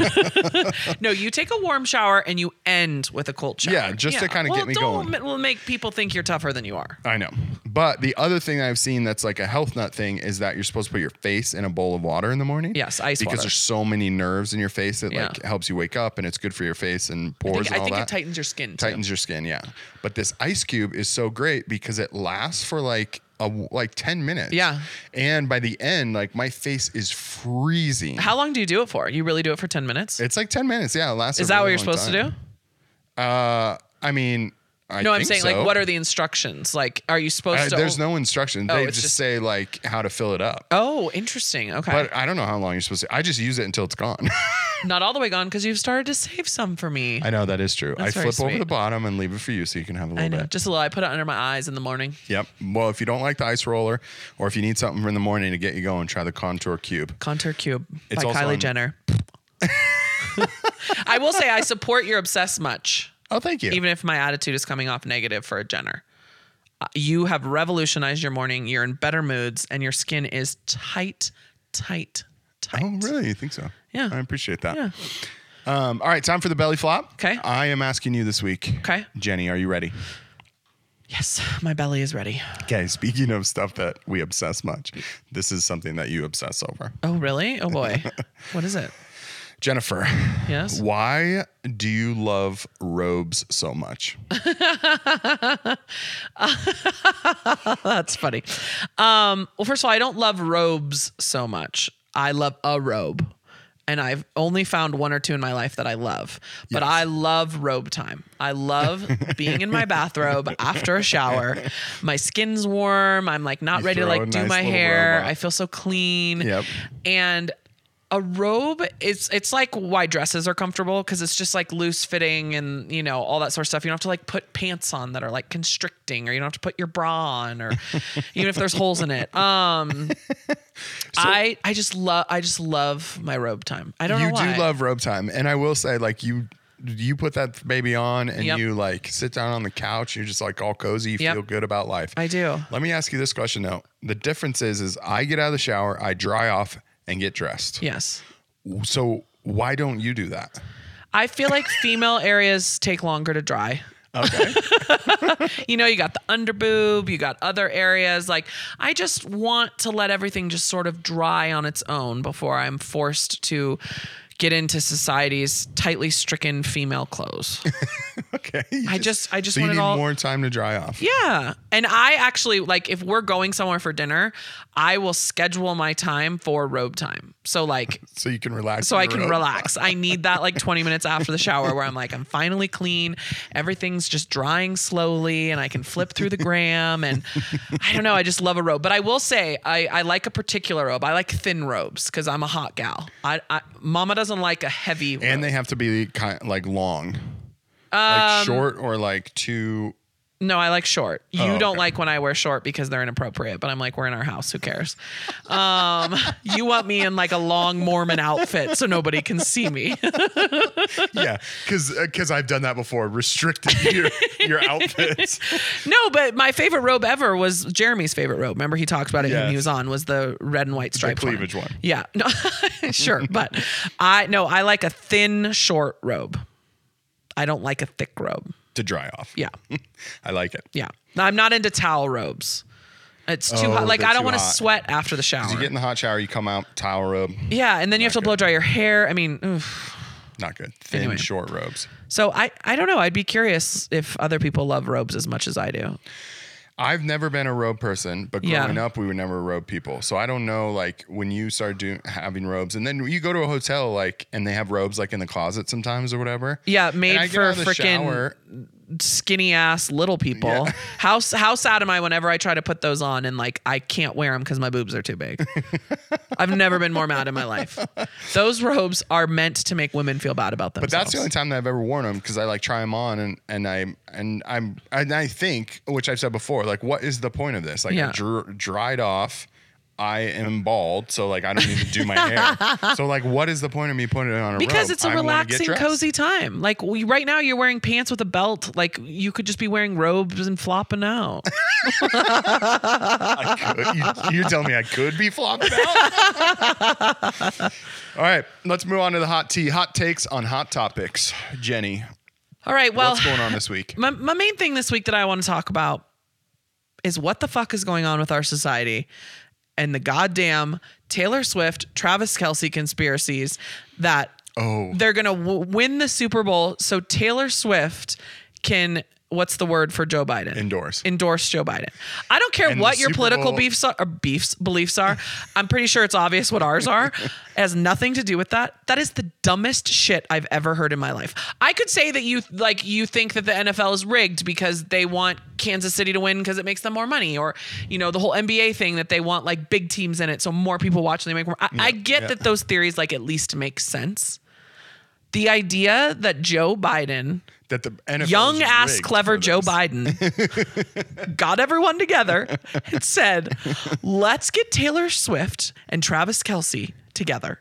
no, you take a warm shower and you end with a cold shower. Yeah, just to kinda Well, get me don't going. ma- Will make people think you're tougher than you are. I know. But the other thing I've seen that's like a health nut thing is that you're supposed to put your face in a bowl of water in the morning. Yes, ice Because water. there's so many nerves in your face that like Yeah. helps you wake up and it's good for your face and pores I think, and I all think that. it tightens your skin. Too. tightens your skin, yeah. But this ice cube is so great because it lasts for like a like 10 minutes. Yeah. And by the end, like my face is freezing. How long do you do it for? You really do it for ten minutes? it's like 10 minutes. Yeah, it lasts. Is a that what really you're long supposed to time. do? I mean, I No, I'm think saying so. like, what are the instructions? Like, are you supposed Uh, to? there's no instructions. Oh, they it's just just- say like how to fill it up. Oh, interesting. Okay, But I don't know how long you're supposed to. I just use it until it's gone. not all the way gone because you've started to save some for me. I know that is true. That's I very flip over sweet. the bottom and leave it for you so you can have a little I know, bit. just a little. I put it under my eyes in the morning. Yep. Well, if you don't like the ice roller or if you need something in the morning to get you going, try the Contour Cube. Contour Cube It's by also Kylie on- Jenner. I will say I support your obsessed much, Oh, thank you. even if my attitude is coming off negative for a Jenner. Uh, You have revolutionized your morning. You're in better moods, and your skin is tight, tight, tight. oh, really? You think so? Yeah. I appreciate that. Yeah. Um, all right, time for the belly flop. 'Kay. I am asking you this week. 'Kay. Jenny, are you ready? Yes, my belly is ready. Okay. Speaking of stuff that we obsess much, this is something that you obsess over. Oh, really? Oh boy, what is it? Jennifer, Yes. why do you love robes so much? That's funny. Um, well, first of all, I don't love robes so much. I love a robe. And I've only found one or two in my life that I love. But I love robe time. I love being in my bathrobe after a shower. My skin's warm. I'm like not You ready to throw a like do nice my little hair. robe on. I feel so clean. Yep. And a robe it's it's like why dresses are comfortable because it's just like loose fitting and you know all that sort of stuff you don't have to like put pants on that are like constricting or you don't have to put your bra on or even if there's holes in it um i i just love i just love my robe time i don't you know why do love robe time and i will say like you you put that baby on and Yep. you like sit down on the couch you're just like all cozy you Yep. feel good about life I do. let me ask you this question though the difference is is i get out of the shower i dry off and get dressed yes so why don't you do that i feel like female areas take longer to dry okay you know, you got the underboob, you got other areas. Like, I just want to let everything just sort of dry on its own before I'm forced to get into society's tightly stricken female clothes. okay You I just- I just so you want it need all- more time to dry off yeah. And I actually, like, if we're going somewhere for dinner, I will schedule my time for robe time. So, like, so you can relax so in I the can robe. relax. I need that like 20 minutes after the shower where I'm like, I'm finally clean. Everything's just drying slowly and I can flip through the gram. And I don't know. I just love a robe. But I will say, I, I like a particular robe. I like thin robes because I'm a hot gal. I, I Mama doesn't like a heavy robe. and they have to be kind like long Um, like short or like too No, I like short. You Oh, don't okay. like when I wear short because they're inappropriate, but I'm like, we're in our house. Who cares? Um, you want me in like a long Mormon outfit so nobody can see me. yeah because because i've done that before restricted your your outfits No, but my favorite robe ever was Jeremy's favorite robe. Remember he talked about it when Yes. he was on was the red and white striped cleavage one. Yeah, no, sure, but I no, I like a thin short robe. I don't like a thick robe. to dry off Yeah, I like it. yeah. I'm not into towel robes. It's too Oh, hot. Like they're I don't too want to hot. sweat after the You shower. get in the hot shower, you come out, towel robe, yeah, and then you have to blow dry your hair. I mean, oof. not good. Thin, Anyway. short robes. so I I don't know. I'd be curious if other people love robes as much as I do. I've never been a robe person, but Yeah. growing up, we were never robe people. So I don't know, like when you start doing having robes, and then you go to a hotel, like, and they have robes like in the closet sometimes or whatever. Yeah, And made I get for out of the freaking shower, skinny ass little people. How s- how sad am I whenever I try to put those on and like I can't wear them because my boobs are too big. I've never been more mad in my life. Those robes are meant to make women feel bad about themselves. But that's the only time that I've ever worn them because I like try them on and and I and I'm and I think, which I've said before, like what is the point of this? Like Yeah. I dr- dried off. I am bald, so like I don't even do my hair. So like, what is the point of me putting it on a because robe? it's a I wanna get relaxing, dressed. cozy time. Like we, right now, you're wearing pants with a belt. Like you could just be wearing robes and flopping out. I could- you, are telling me I could be flopping out? All right, let's move on to the hot tea. Hot takes on hot topics. Jenny, All right. Well, what's going on this week? my, my main thing this week that I want to talk about is what the fuck is going on with our society and the goddamn Taylor Swift, Travis Kelsey conspiracies that Oh. they're going to w- win the Super Bowl so Taylor Swift can. What's the word for Joe Biden? Endorse. Endorse Joe Biden. I don't care And what the your Super political Bowl- beefs are, or beefs beliefs are. I'm pretty sure it's obvious what ours are. It has nothing to do with that. That is the dumbest shit I've ever heard in my life. I could say that you like you think that the NFL is rigged because they want Kansas City to win because it makes them more money, or you know the whole NBA thing that they want like big teams in it so more people watch and they make more. I, I get yeah. that those theories like at least make sense. The idea that Joe Biden That the NFL is young ass rigged clever for Joe this. Biden got everyone together and said, let's get Taylor Swift and Travis Kelsey together.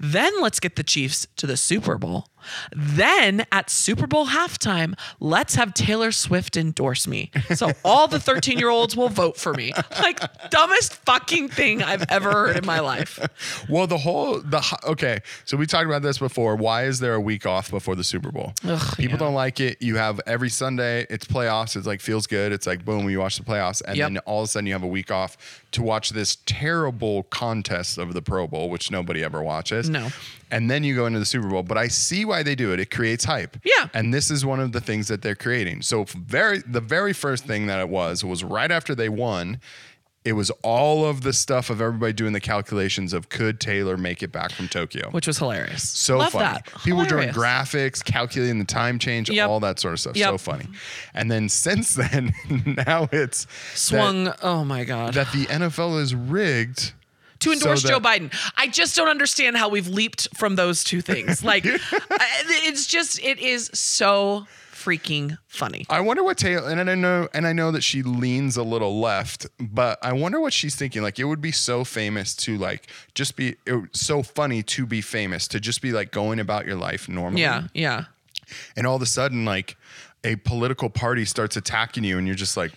Then let's get the Chiefs to the Super Bowl. Then at Super Bowl halftime, let's have Taylor Swift endorse me. So all the 13 year olds will vote for me. Like, dumbest fucking thing I've ever heard in my life. Well, the whole the ho- okay. So we talked about this before. Why is there a week off before the Super Bowl? Ugh, People yeah. don't like it. You have every Sunday. It's playoffs. It's like feels good. It's like boom. We watch the playoffs, and Yep. then all of a sudden you have a week off to watch this terrible contest of the Pro Bowl, which nobody ever watches. No. And then you go into the Super Bowl. But I see why they do it. It creates hype. Yeah. And this is one of the things that they're creating. So f- very the very first thing that it was was right after they won. It was all of the stuff of everybody doing the calculations of could Taylor make it back from Tokyo. Which was hilarious. so Love funny. That. People Hilarious. doing graphics, calculating the time change, Yep. all that sort of stuff. So Yep. funny. And then since then, now it's that- swung. oh my god. that, the NFL is rigged to so endorse Joe that- Biden. I just don't understand how we've leaped from those two things. Like, I- it's just, it is so freaking funny. I wonder what Taylor and I know and I know that she leans a little left, but I wonder what she's thinking. Like it would be so famous to like just be it, would- so funny to be famous to just be like going about your life normally. Yeah, yeah. And all of a sudden, like a political party starts attacking you, and you're just like,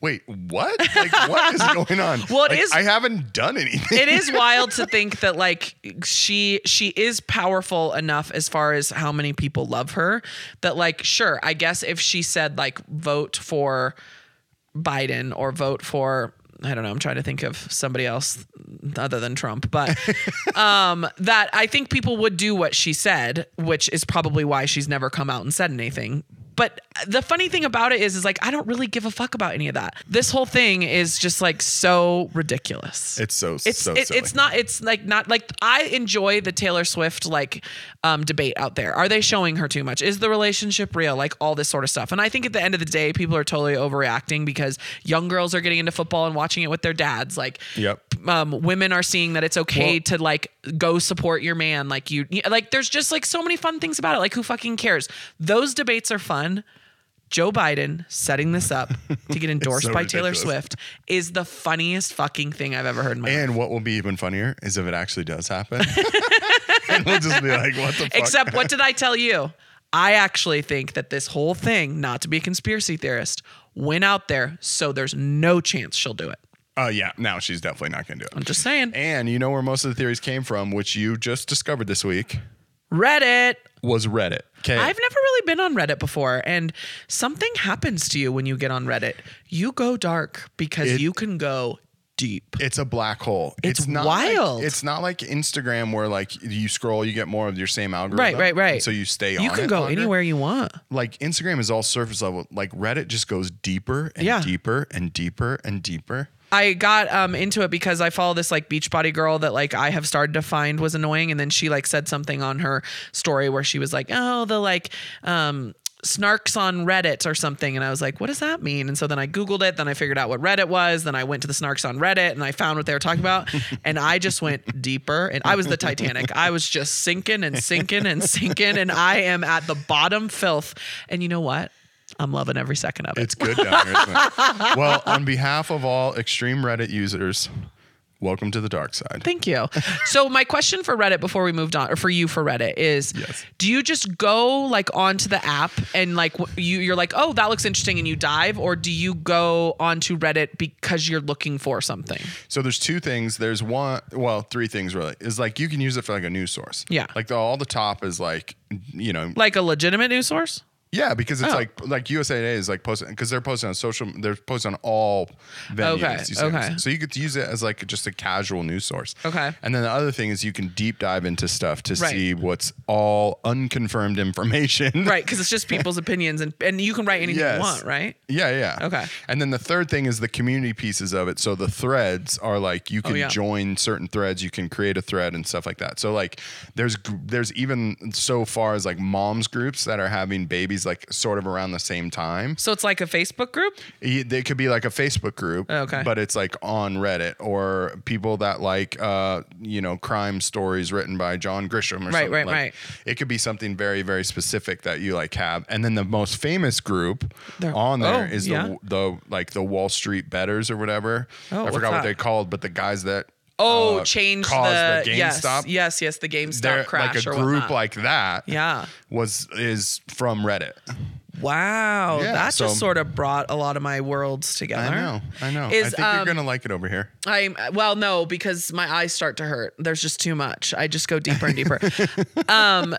wait, what? Like what is going on? Well, it Like, is- I haven't done anything. It is wild to think that like she she is powerful enough as far as how many people love her that like sure, I guess if she said like vote for Biden or vote for I don't know, I'm trying to think of somebody else other than Trump, but um, that I think people would do what she said, which is probably why she's never come out and said anything. But the funny thing about it is, is like I don't really give a fuck about any of that. This whole thing is just like so ridiculous. It's so It's so it- silly. it's not it's like not like I enjoy the Taylor Swift like um, debate out there. Are they showing her too much? Is the relationship real? Like all this sort of stuff. And I think at the end of the day, people are totally overreacting because young girls are getting into football and watching it with their dads. Like Yep. um, women are seeing that it's okay Well- to like go support your man. Like you, you- like there's just like so many fun things about it. Like who fucking cares? Those debates are fun. Joe Biden setting this up to get endorsed so by Taylor ridiculous. Swift is the funniest fucking thing I've ever heard in my life. And what will be even funnier is if it actually does happen. and we'll just be like, what the fuck? Except what did I tell you? I actually think that this whole thing, not to be a conspiracy theorist, went out there so there's no chance she'll do it. Oh, yeah. Now she's definitely not going to do I'm it. just saying. And you know where most of the theories came from, which you just discovered this week, Reddit. was Reddit. Okay. I've never really been on Reddit before, and something happens to you when you get on Reddit. You go dark because It- you can go deep. it's a black hole. It's not like- wild. it's not like Instagram where like you scroll, you get more of your same algorithm. right, right, right. and So you stay on. You can it go longer. anywhere you want. Like Instagram is all surface level. Like Reddit just goes deeper and Yeah. deeper and deeper and deeper. I got um, into it because I follow this like Beachbody girl that like I have started to find was annoying, and then she like said something on her story where she was like, "Oh, the like um, snarks on Reddit or something. And I was like, what does that mean? And so then I Googled it. Then I figured out what Reddit was. Then I went to the snarks on Reddit and I found what they were talking about. And I just went deeper. And I was the Titanic. I was just sinking and sinking and sinking. And I am at the bottom filth. And you know what? I'm loving every second of it. It's good down here, isn't it? Well, on behalf of all extreme Reddit users, welcome to the dark side. Thank you. So my question for Reddit before we moved on, or for you for Reddit, is: Yes. Do you just go like onto the app and like w- you you're like, oh, that looks interesting, and you dive, or do you go onto Reddit because you're looking for something? So there's two things. There's one, well, three things really. Is like you can use it for like a news source. Yeah. Like the, all the top is like, you know, Like a legitimate news source? yeah, because it's Oh. like like USA Today is like posting because they're posting on social, they're posting on all venues. Okay, You see what I'm okay. saying? So you could use it as like just a casual news source. Okay. And then the other thing is you can deep dive into stuff to Right. see what's all unconfirmed information. Right, because it's just people's opinions, and and you can write anything Yes. you want, right? Yeah, yeah. Okay. And then the third thing is the community pieces of it. So the threads are like you can Oh, yeah. join certain threads, you can create a thread and stuff like that. So like there's gr- there's even so far as like moms groups that are having babies like sort of around the same time. So it's like a Facebook group. Y- They could be like a Facebook group, Oh, Okay. but it's like on Reddit or people that like uh you know crime stories written by John Grisham or Right, something. right, like, right. It could be something very very specific that you like have, and then the most famous group They're- on there is oh, yeah. the the like the Wall Street betters or whatever. Oh, I what's forgot what that? they called, but the guys that Oh, uh, change caused the, the yes, GameStop. yes, yes, the GameStop They're crash like a or group whatnot. like that. Yeah. was is from Reddit. Wow, Yeah, that so- just sort of brought a lot of my worlds together. I know, I know. I Is, think um, you're gonna like it over here. I'm well, no, because my eyes start to hurt. There's just too much. I just go deeper and deeper. um,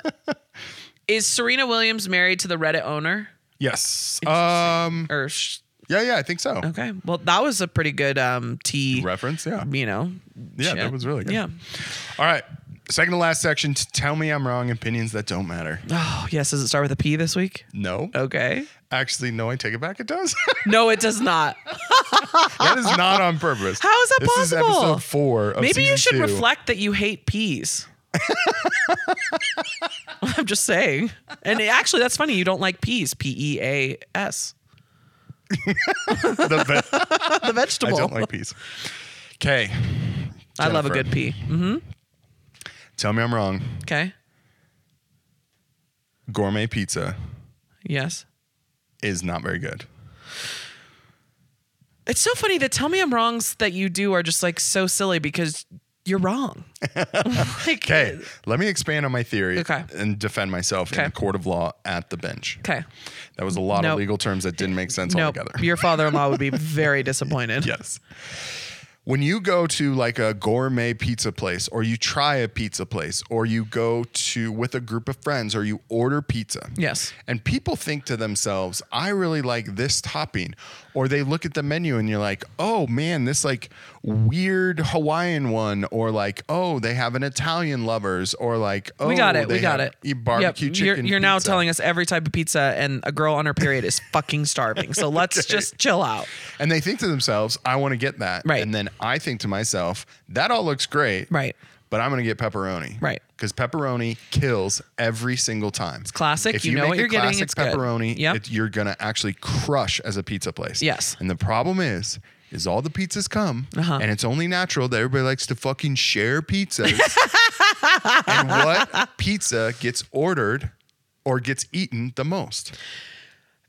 is Serena Williams married to the Reddit owner? Yes. Um. Or sh- Yeah. Yeah. I think so. okay, well, that was a pretty good um tea Reference. Yeah. You know, Yeah, that was really good. Yeah. All right. Second to last section. t- tell me I'm wrong. Opinions that don't matter. Oh yes, does it start with a P this week? No. Okay. Actually, no. I take it back. It does. No, it does not. Oh, that is not on purpose. How is that this possible? This is episode four. Of Maybe you season should two. reflect that you hate peas. I'm just saying. And it- actually, that's funny. You don't like peas. P E A S. The ve- The I vegetable. don't like peas. Okay. I love a Jennifer. good pea. Tell me I'm wrong. Okay. Gourmet pizza Yes. is not very good. It's so funny that tell me I'm wrongs that you do are just like so silly because you're wrong. Like- Okay. Let me expand on my theory. Okay. And defend myself in Okay. a court of law at the bench. Okay. That was a lot Nope. of legal terms that didn't make sense No, altogether. your father-in-law would be very disappointed. Yes. When you go to like a gourmet pizza place, or you try a pizza place, or you go to with a group of friends, or you order pizza, Yes. and people think to themselves, "I really like this topping," or they look at the menu and you're like, "Oh man, this like weird Hawaiian one," or like, "Oh, they have an Italian lovers," or like, "Oh, We got it. they We got have it. e- Barbecue Yep, chicken. You're, you're now pizza." telling us every type of pizza, and a girl on her period is fucking starving. So let's just chill out. And they think to themselves, I want to get that. Right. And then I think to myself, that all looks great. Right. But I'm going to get pepperoni. Right. Because pepperoni kills every single time. It's classic. If You you, know make what a you're getting. classic It's good. pepperoni, Yep. it- you're going to actually crush as a pizza place. Yes. Uh-huh. And the problem is, is all the pizzas come, and it's only natural that everybody likes to fucking share pizzas. and what pizza gets ordered or gets eaten the most?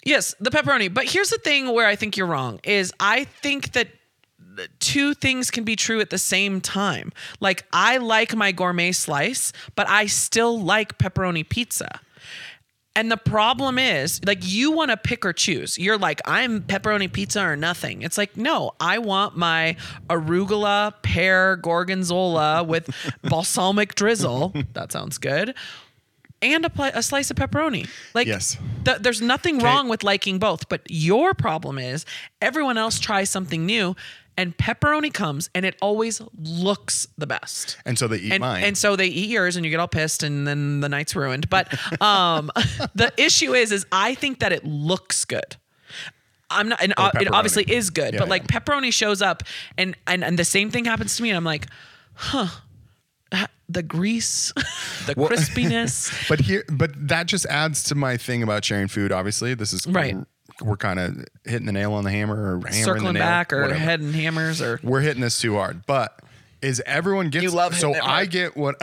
Yes, the pepperoni. But here's the thing where I think you're wrong is I think that two things can be true at the same time. Like I like my gourmet slice, but I still like pepperoni pizza. And the problem is, like, you want to pick or choose. You're like, I'm pepperoni pizza or nothing. It's like, no, I want my arugula, pear, gorgonzola with balsamic drizzle. That sounds good. And a, pli- a slice of pepperoni. Like, Yes. th- there's nothing wrong with liking both. But your problem is, everyone else tries something new, and pepperoni comes, and it always looks the best And so they eat and, mine. and so they eat yours and you get all pissed and then the night's ruined but um the issue is is i think that it looks good i'm not and uh, it Oh, pepperoni. obviously is good Yeah, but yeah. like pepperoni shows up and, and and the same thing happens to me and i'm like huh the grease, the crispiness. But here, but that just adds to my thing about sharing food. Obviously, this is Right. We're kind of hitting the nail on the hammer, or hammering the circling nail, back or whatever. head and hammers or We're hitting this too hard, but is everyone gets You love so hitting it I hard. get what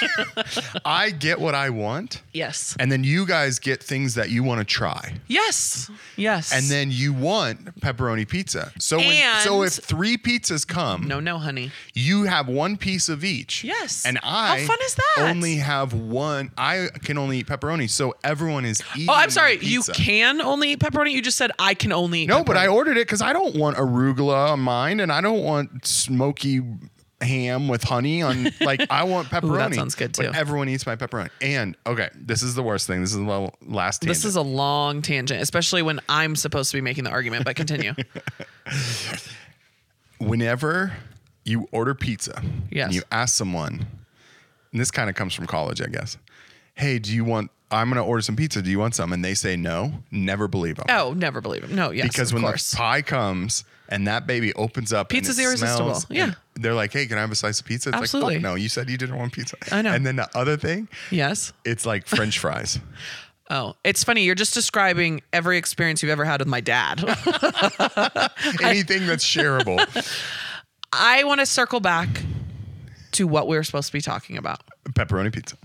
I get what I want, yes. and then you guys get things that you want to try. Yes. Yes. And then you want pepperoni pizza. So when, so And- if three pizzas come, no, no, honey. you have one piece of each. Yes. And How I fun is that? only have one. I can only eat pepperoni. So everyone is eating. Oh, I'm sorry. my You pizza. can only eat pepperoni. You just said I can only eat No, but I pepperoni." ordered it because I don't want arugula on mine and I don't want smoky ham with honey on like I want pepperoni. sounds good, too. But everyone eats my pepperoni. And okay, this is the worst thing. This is the level- last tangent. This is a long tangent, especially when I'm supposed to be making the argument. But continue. whenever you order pizza Yes. and you ask someone, and this kind of comes from college, I guess, hey, do you want, I'm going to order some pizza. Do you want some? And they say no, never believe them. oh, never believe him. No, yes, because of when course. the pie comes and that baby opens up, and Pizza's it irresistible. smells, and Yeah. They're like, hey, can I have a slice of pizza? It's Absolutely. like, fuck no, you said you didn't want pizza. I know. And then the other thing, yes. it's like french fries. Oh, it's funny. You're just describing every experience you've ever had with my dad. Anything that's shareable. I want to circle back to what we were supposed to be talking about. Pepperoni pizza.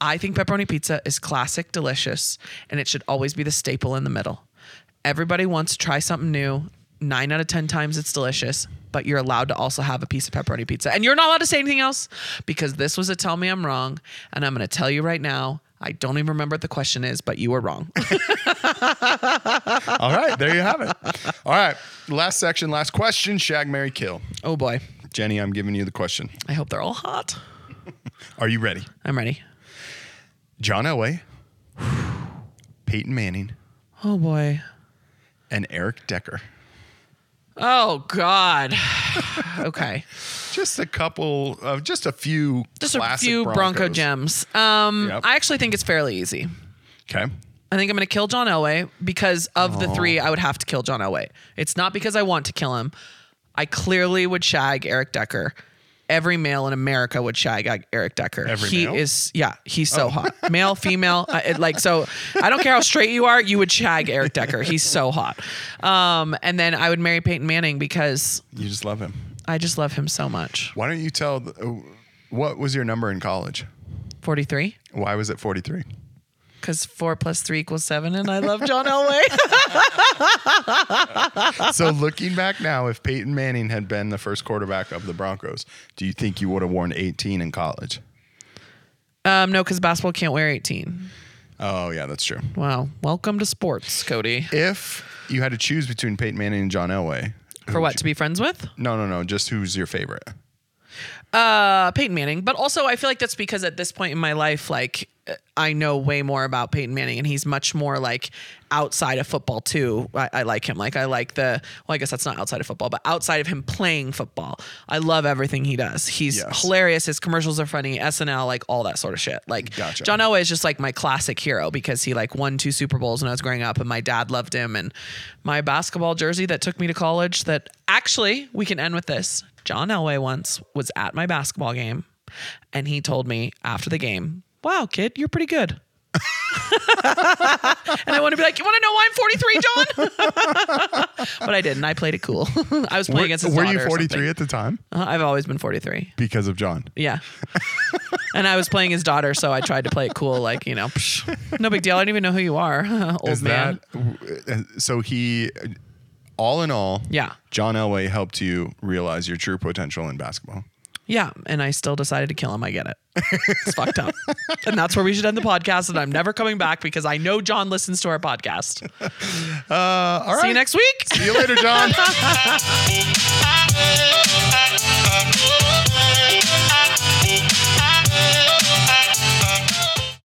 I think pepperoni pizza is classic, delicious, and it should always be the staple in the middle. Everybody wants to try something new. Nine out of 10 times it's delicious, but you're allowed to also have a piece of pepperoni pizza. And you're not allowed to say anything else because this was a tell me I'm wrong. And I'm going to tell you right now, I don't even remember what the question is, but you were wrong. All right, there you have it. All right, last section, last question Shag, Mary, Kill. oh boy. Jenny, I'm giving you the question. I hope they're all hot. Are you ready? I'm ready. John Elway, Peyton Manning, Oh boy. and Eric Decker. Oh God. okay. Just a couple of, just a few, Just a classic few Bronco Broncos. gems. Um, Yep. I actually think it's fairly easy. Okay. I think I'm going to kill John Elway because of the three, Oh. I would have to kill John Elway. It's not because I want to kill him. I clearly would shag Eric Decker. Every male in America would shag Eric Decker. Every he male? Oh. is, yeah, he's so hot. Male, female, I, it, like so. I don't care how straight you are, you would shag Eric Decker. He's so hot. Um, and then I would marry Peyton Manning because You just love him. I just love him so much. Why don't you tell the, uh, what was your number in college? Forty three. Why was it 43? Because four plus three equals seven, and I love John Elway. so looking back now, if Peyton Manning had been the first quarterback of the Broncos, do you think you would have worn 18 in college? um, no, because basketball can't wear 18. Oh yeah, that's true. Wow. Welcome to sports, Cody. If you had to choose between Peyton Manning and John Elway, For what? To be friends with? no, no, no, just who's your favorite? Uh, Peyton Manning. But also, I feel like that's because at this point in my life, like, uh, I know way more about Peyton Manning, and he's much more like outside of football, too. I, I like him. Like, I like the, well, I guess that's not outside of football, but outside of him playing football, I love everything he does. He's Yes. hilarious. His commercials are funny, SNL, like, all that sort of shit. Like, Gotcha. John Elway is just like my classic hero because he, like, won two Super Bowls when I was growing up, and my dad loved him. And my basketball jersey that took me to college that actually, we can end with this. John Elway once was at my basketball game and he told me after the game, Wow, kid, you're pretty good. and I want to be like, You want to know why I'm 43, John? but I didn't. I played it cool. I was playing against his were daughter you or 43 something. at the time? Uh, I've always been 43. Because of John. Yeah. and I was playing his daughter, so I tried to play it cool, like, you know, psh, no big deal. I don't even know who you are, old Is man. that so? He, all in all, Yeah. John Elway helped you realize your true potential in basketball. Yeah. And I still decided to kill him. I get it. It's fucked up. And that's where we should end the podcast. And I'm never coming back because I know John listens to our podcast. Uh, all right. See you next week. See you later, John.